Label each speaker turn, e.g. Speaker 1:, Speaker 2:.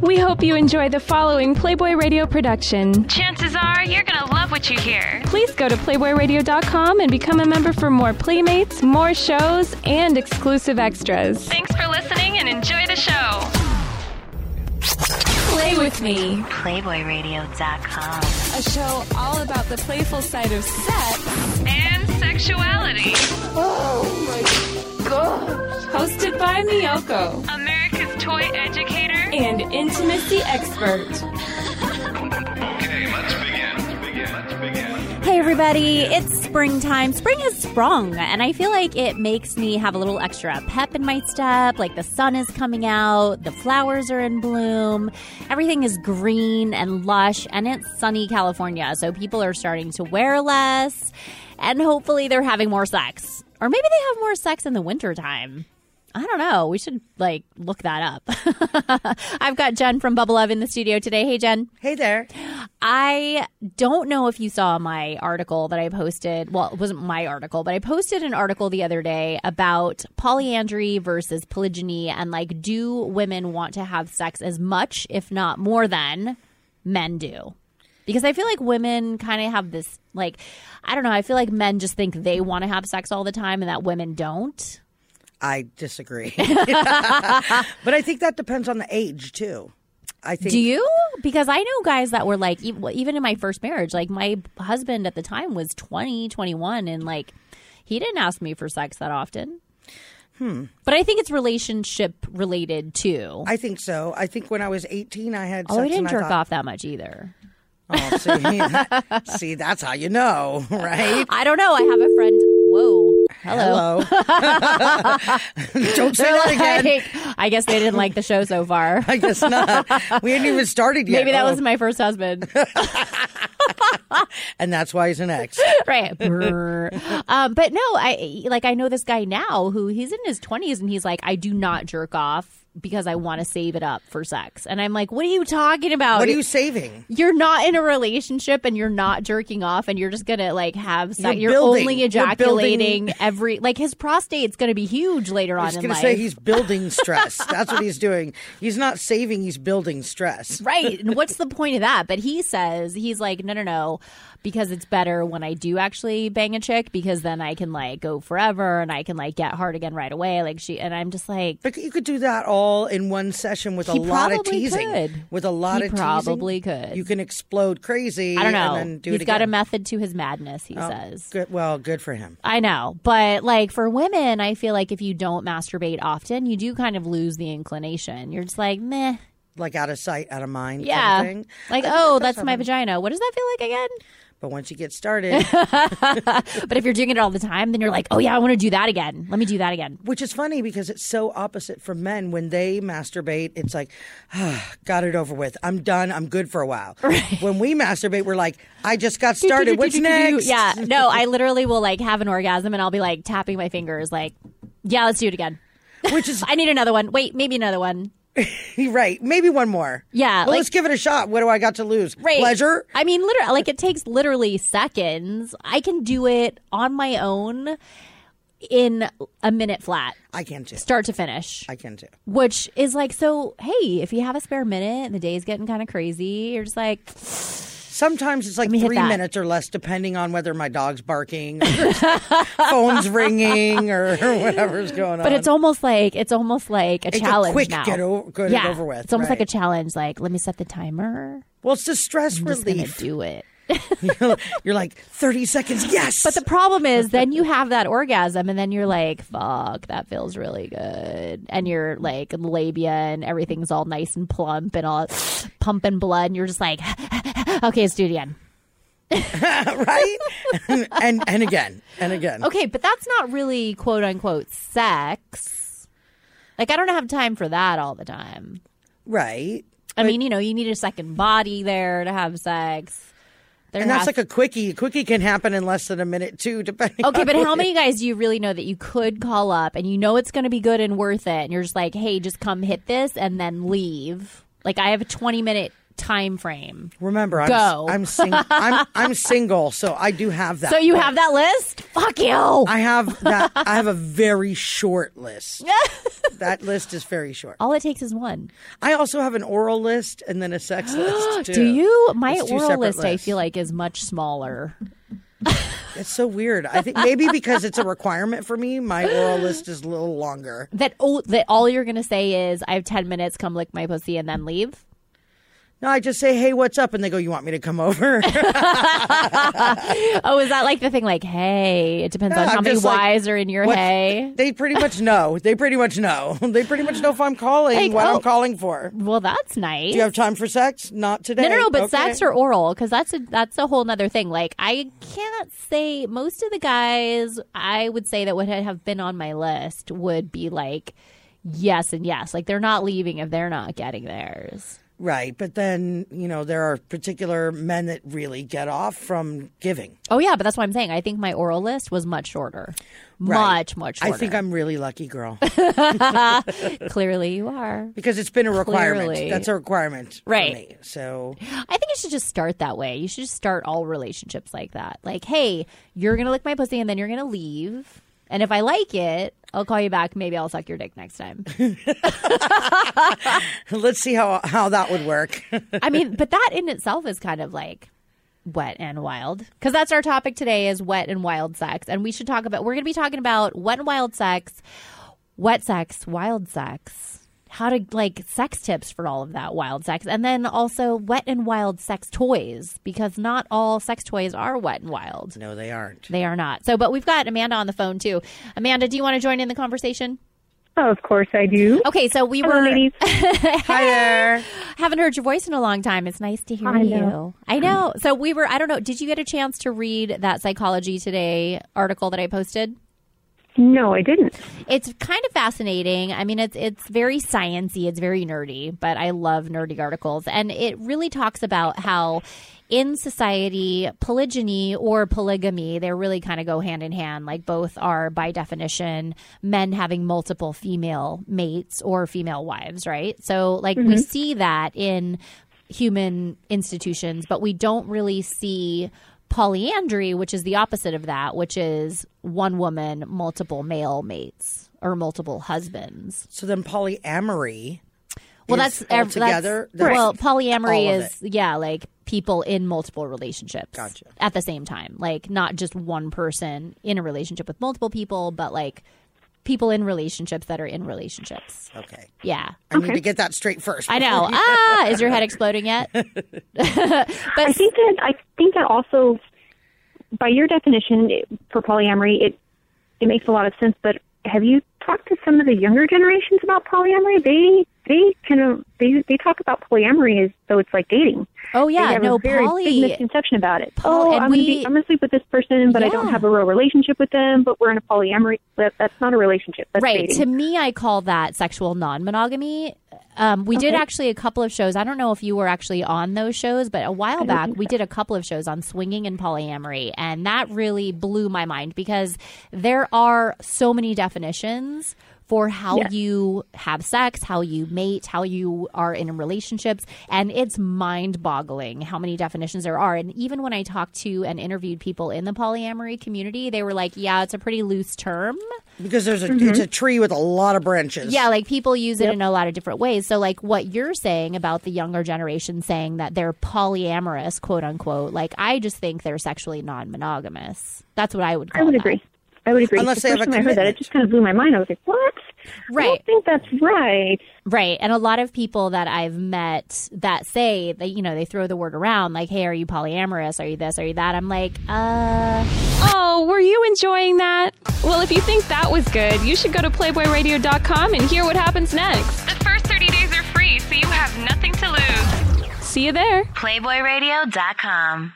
Speaker 1: We hope you enjoy the following Playboy Radio production.
Speaker 2: Chances are you're going to love what you hear.
Speaker 1: Please go to PlayboyRadio.com and become a member for more Playmates, more shows, and exclusive extras.
Speaker 2: Thanks for listening and enjoy the show.
Speaker 1: Play with me,
Speaker 3: PlayboyRadio.com.
Speaker 1: a show all about the playful side of sex,
Speaker 2: And sexuality.
Speaker 1: hosted by Miyoko,
Speaker 2: America's toy educator.
Speaker 1: and intimacy expert.
Speaker 4: Okay, let's begin. Let's begin. Let's begin.
Speaker 5: Hey everybody, it's springtime. Spring is sprung, and I feel like it makes me have a little extra pep in my step. Like the sun is coming out, the flowers are in bloom, everything is green and lush, and it's sunny California, so people are starting to wear less, and hopefully they're having more sex. Or maybe they have more sex in the wintertime. I don't know. We should like look that up. I've got Jen from Bubble Love in the studio today. Hey Jen.
Speaker 6: Hey there.
Speaker 5: I don't know if you saw my article that I posted. Well, it wasn't my article, but I posted an article the other day about polyandry versus polygyny and like, do women want to have sex as much, if not more than men do? Because I feel like women kind of have this, like, I don't know. I feel like men just think they want to have sex all the time and that women don't.
Speaker 6: I disagree. but I think that depends on the age too. I think
Speaker 5: Do you? Because I know guys that were like, e- well, even in my first marriage, like my husband at the time was 20, 21, and like he didn't ask me for sex that often. Hmm. But I think it's relationship related too.
Speaker 6: I think so. I think when I was 18 I had
Speaker 5: oh,
Speaker 6: sex
Speaker 5: I didn't
Speaker 6: and
Speaker 5: jerk
Speaker 6: thought,
Speaker 5: off that much either.
Speaker 6: Oh, see, that- see, that's how you know, right?
Speaker 5: I don't know. I have a friend. Whoa. Hello.
Speaker 6: Don't say that again.
Speaker 5: Like, I guess they didn't like the show so far.
Speaker 6: I guess not. We hadn't even started yet.
Speaker 5: Maybe that
Speaker 6: Oh,
Speaker 5: was my first husband.
Speaker 6: and that's why he's an ex.
Speaker 5: right. Brr. um, but no, I like I know this guy now who he's in his twenties and he's like, I do not jerk off because I want to save it up for sex. And I'm like, what are you talking about?
Speaker 6: What are you saving?
Speaker 5: you're not in a relationship and you're not jerking off and you're just gonna like have sex. You're,
Speaker 6: You're building-
Speaker 5: only
Speaker 6: you're building-
Speaker 5: ejaculating every like his prostate's gonna be huge later
Speaker 6: I
Speaker 5: on
Speaker 6: was
Speaker 5: in
Speaker 6: going to
Speaker 5: life.
Speaker 6: say he's building stress. That's what he's doing. He's not saving, he's building stress.
Speaker 5: Right. And what's the point of that? But he says, he's like, no, no, no, because it's better when I do actually bang a chick because then I can like go forever and I can like get hard again right away. Like she, and I'm just like,
Speaker 6: But you could do that all in one session with
Speaker 5: He
Speaker 6: a lot of
Speaker 5: probably
Speaker 6: teasing.
Speaker 5: could.
Speaker 6: With a lot
Speaker 5: He
Speaker 6: of teasing,
Speaker 5: probably could.
Speaker 6: You can explode crazy.
Speaker 5: I don't know.
Speaker 6: And then do
Speaker 5: He's
Speaker 6: it
Speaker 5: got a
Speaker 6: again. Oh,
Speaker 5: method to his madness, he says.
Speaker 6: Good, well, good for him.
Speaker 5: I know. But like for women, I feel like if you don't masturbate often, you do kind of lose the inclination. You're just like, meh.
Speaker 6: Like out of sight, out of mind. kind of
Speaker 5: Yeah.
Speaker 6: thing.
Speaker 5: Like,
Speaker 6: I think
Speaker 5: oh,
Speaker 6: that
Speaker 5: that's
Speaker 6: does
Speaker 5: my
Speaker 6: happen.
Speaker 5: vagina. What does that feel like again?
Speaker 6: But once you get started,
Speaker 5: But if you're doing it all the time, then you're like, oh, yeah, I want to do that again. Let me do that again.
Speaker 6: which is funny because it's so opposite for men when they masturbate, it's like, ah, got it over with. I'm done. I'm good for a while. When we masturbate, we're like, I just got started. What's next?
Speaker 5: Yeah, no, I literally will like have an orgasm and I'll be like tapping my fingers, like, yeah, let's do it again.
Speaker 6: Which is
Speaker 5: I need another one. Wait, maybe another one.
Speaker 6: right. Maybe one more.
Speaker 5: Yeah,
Speaker 6: Well,
Speaker 5: like-
Speaker 6: let's give it a shot. What do I got to lose?
Speaker 5: Right.
Speaker 6: Pleasure.
Speaker 5: I mean, literally, like it takes literally seconds. I can do it on my own in a minute flat,
Speaker 6: I can too.
Speaker 5: start to finish.
Speaker 6: I can too.
Speaker 5: Which is like, so hey, if you have a spare minute and the day's getting kind of crazy, you're just like,
Speaker 6: Sometimes it's like
Speaker 5: me hit
Speaker 6: three
Speaker 5: that.
Speaker 6: minutes or less, depending on whether my dog's barking, or phone's ringing, or whatever's going on.
Speaker 5: But it's almost like it's almost like a
Speaker 6: a
Speaker 5: challenge
Speaker 6: quick
Speaker 5: now.
Speaker 6: get o- get it
Speaker 5: yeah,
Speaker 6: over with,
Speaker 5: It's almost like
Speaker 6: right.
Speaker 5: a challenge. Like, let me set the timer.
Speaker 6: well, it's the stress
Speaker 5: I'm just gonna
Speaker 6: relief.
Speaker 5: do it.
Speaker 6: You're like thirty seconds, yes.
Speaker 5: But the problem is, then you have that orgasm, and then you're like, "Fuck, that feels really good," and you're like labia and everything's all nice and plump and all pumping blood, and you're just like, "Okay, let's do it again."
Speaker 6: right, and and again and again.
Speaker 5: Okay, but that's not really quote unquote sex. Like, I don't have time for that all the time.
Speaker 6: Right,
Speaker 5: I mean, you know, you need a second body there to have sex. There
Speaker 6: and that's
Speaker 5: has-
Speaker 6: like a quickie. A quickie can happen in less than a minute too, depending.
Speaker 5: okay,
Speaker 6: on
Speaker 5: but how many guys do you really know that you could call up and you know it's going to be good and worth it, and you're just like, hey, just come hit this and then leave. Like I have a 20 minute time frame.
Speaker 6: Remember, I'm,
Speaker 5: Go.
Speaker 6: I'm, sing- I'm, I'm single, so I do have that.
Speaker 5: So you have that list? Fuck you.
Speaker 6: I have that. I have a very short list. that list is very short.
Speaker 5: All it takes is one.
Speaker 6: I also have an oral list and then a sex list. Too.
Speaker 5: Do you? My
Speaker 6: It's two
Speaker 5: oral
Speaker 6: separate
Speaker 5: list, I
Speaker 6: lists.
Speaker 5: feel like, is much smaller.
Speaker 6: It's so weird. I think maybe because it's a requirement for me, my oral list is a little longer.
Speaker 5: That oh, that all you're gonna say is, "I have ten minutes. Come lick my pussy and then leave."
Speaker 6: No, I just say, "Hey, what's up?" and they go, "You want me to come over?"
Speaker 5: Oh, is that like the thing? Like, hey, it depends on
Speaker 6: Yeah,
Speaker 5: how
Speaker 6: I'm
Speaker 5: many
Speaker 6: just like,
Speaker 5: Y's are in your
Speaker 6: What-
Speaker 5: hey.
Speaker 6: They pretty much know. They pretty much know. They pretty much know if I'm calling,
Speaker 5: Like,
Speaker 6: what
Speaker 5: oh.
Speaker 6: I'm calling for.
Speaker 5: Well, that's nice.
Speaker 6: Do you have time for sex? Not today.
Speaker 5: no, no, no, but
Speaker 6: Okay.
Speaker 5: sex or oral, because that's a that's a whole nother thing. Like, I can't say most of the guys I would say that would have been on my list would be like yes and yes. Like they're not leaving if they're not getting theirs.
Speaker 6: right. But then you know there are particular men that really get off from giving.
Speaker 5: Oh yeah, but that's what I'm saying. I think my oral list was much shorter, much much
Speaker 6: I
Speaker 5: shorter.
Speaker 6: think I'm really lucky, girl,
Speaker 5: clearly you are.
Speaker 6: because it's been a requirement.
Speaker 5: Clearly.
Speaker 6: That's a requirement, for
Speaker 5: Right.
Speaker 6: me. So
Speaker 5: I think you should just start that way. You should just start all relationships like that. Like, hey, you're gonna lick my pussy and then you're gonna leave. And if I like it, I'll call you back. Maybe I'll suck your dick next time.
Speaker 6: let's see how how that would work.
Speaker 5: I mean, but that in itself is kind of like wet and wild because that's our topic today is wet and wild sex, and we should talk about. We're gonna be talking about wet and wild sex, wet sex, wild sex. How to like sex tips for all of that wild sex, and then also wet and wild sex toys because not all sex toys are wet and wild.
Speaker 6: no, they aren't.
Speaker 5: They are not. So, but we've got Amanda on the phone too. Amanda, do you want to join in the conversation?
Speaker 7: Oh, of course I do.
Speaker 5: Okay, so we
Speaker 7: Hello,
Speaker 5: were
Speaker 7: ladies.
Speaker 6: Hi there.
Speaker 5: haven't heard your voice in a long time. It's nice to hear
Speaker 7: I
Speaker 5: you.
Speaker 7: know.
Speaker 5: I know. So we were. I don't know. Did you get a chance to read that Psychology Today article that I posted?
Speaker 7: No, I didn't.
Speaker 5: It's kind of fascinating. I mean, it's it's very sciency. It's very nerdy, but I love nerdy articles, and it really talks about how. In society, polygyny or polygamy, they really kind of go hand in hand. Like both are, by definition, men having multiple female mates or female wives, right? So, like, we see that in human institutions, but we don't really see polyandry, which is the opposite of that, which is one woman, multiple male mates or multiple husbands.
Speaker 6: So then polyamory.
Speaker 5: Well,
Speaker 6: is
Speaker 5: that's ev-
Speaker 6: altogether.
Speaker 5: That's, well,
Speaker 6: all
Speaker 5: polyamory
Speaker 6: of
Speaker 5: is yeah, like people in multiple relationships
Speaker 6: Gotcha.
Speaker 5: at the same time, like not just one person in a relationship with multiple people, but like people in relationships that are in relationships.
Speaker 6: okay.
Speaker 5: Yeah.
Speaker 6: I need to get that straight first.
Speaker 5: I know. Ah, is your head exploding yet?
Speaker 7: I think that I think that also, by your definition it- for polyamory, it it makes a lot of sense. But have you talked to some of the younger generations about polyamory? They they kind of they they talk about polyamory as though it's like dating.
Speaker 5: Oh yeah,
Speaker 7: they have
Speaker 5: no,
Speaker 7: a very big
Speaker 5: poly.
Speaker 7: misconception about it.
Speaker 5: Poly-
Speaker 7: oh,
Speaker 5: and
Speaker 7: I'm gonna
Speaker 5: we-
Speaker 7: be, I'm gonna sleep with this person, but I don't
Speaker 5: Yeah.
Speaker 7: have a real relationship with them. But we're in a polyamory. That, that's not a relationship. That's
Speaker 5: right
Speaker 7: dating.
Speaker 5: to me i call that sexual non-monogamy um, we did actually a couple of shows i don't know if you were actually on those shows but a while back we did a couple of shows on swinging and polyamory and that really blew my mind because there are so many definitions for how you have sex, how you mate, how you are in relationships. And it's mind boggling how many definitions there are. And even when I talked to and interviewed people in the polyamory community, they were like, yeah, it's a pretty loose term.
Speaker 6: because there's a it's a tree with a lot of branches.
Speaker 5: Mm-hmm. Yeah, like people use it in a lot of different ways. So, like what you're saying about the younger generation saying that they're polyamorous, quote unquote, like I just think they're sexually non monogamous. That's what I would call
Speaker 7: I would
Speaker 5: that.
Speaker 7: agree. I would agree.
Speaker 6: Unless they
Speaker 7: the
Speaker 6: have
Speaker 7: first
Speaker 6: a
Speaker 7: time I heard that,
Speaker 6: commitment.
Speaker 7: it just kind of blew my mind. I was like, "What? I
Speaker 5: Right.
Speaker 7: don't think that's right."
Speaker 5: Right. And a lot of people that I've met that say that, you know, they throw the word around like, hey, are you polyamorous? Are you this? Are you that? I'm like, uh,
Speaker 1: Oh, were you enjoying that? Well, if you think that was good, you should go to PlayboyRadio.com and hear what happens next.
Speaker 2: The first 30 days are free, so you have nothing to lose.
Speaker 1: See you there.
Speaker 3: PlayboyRadio.com.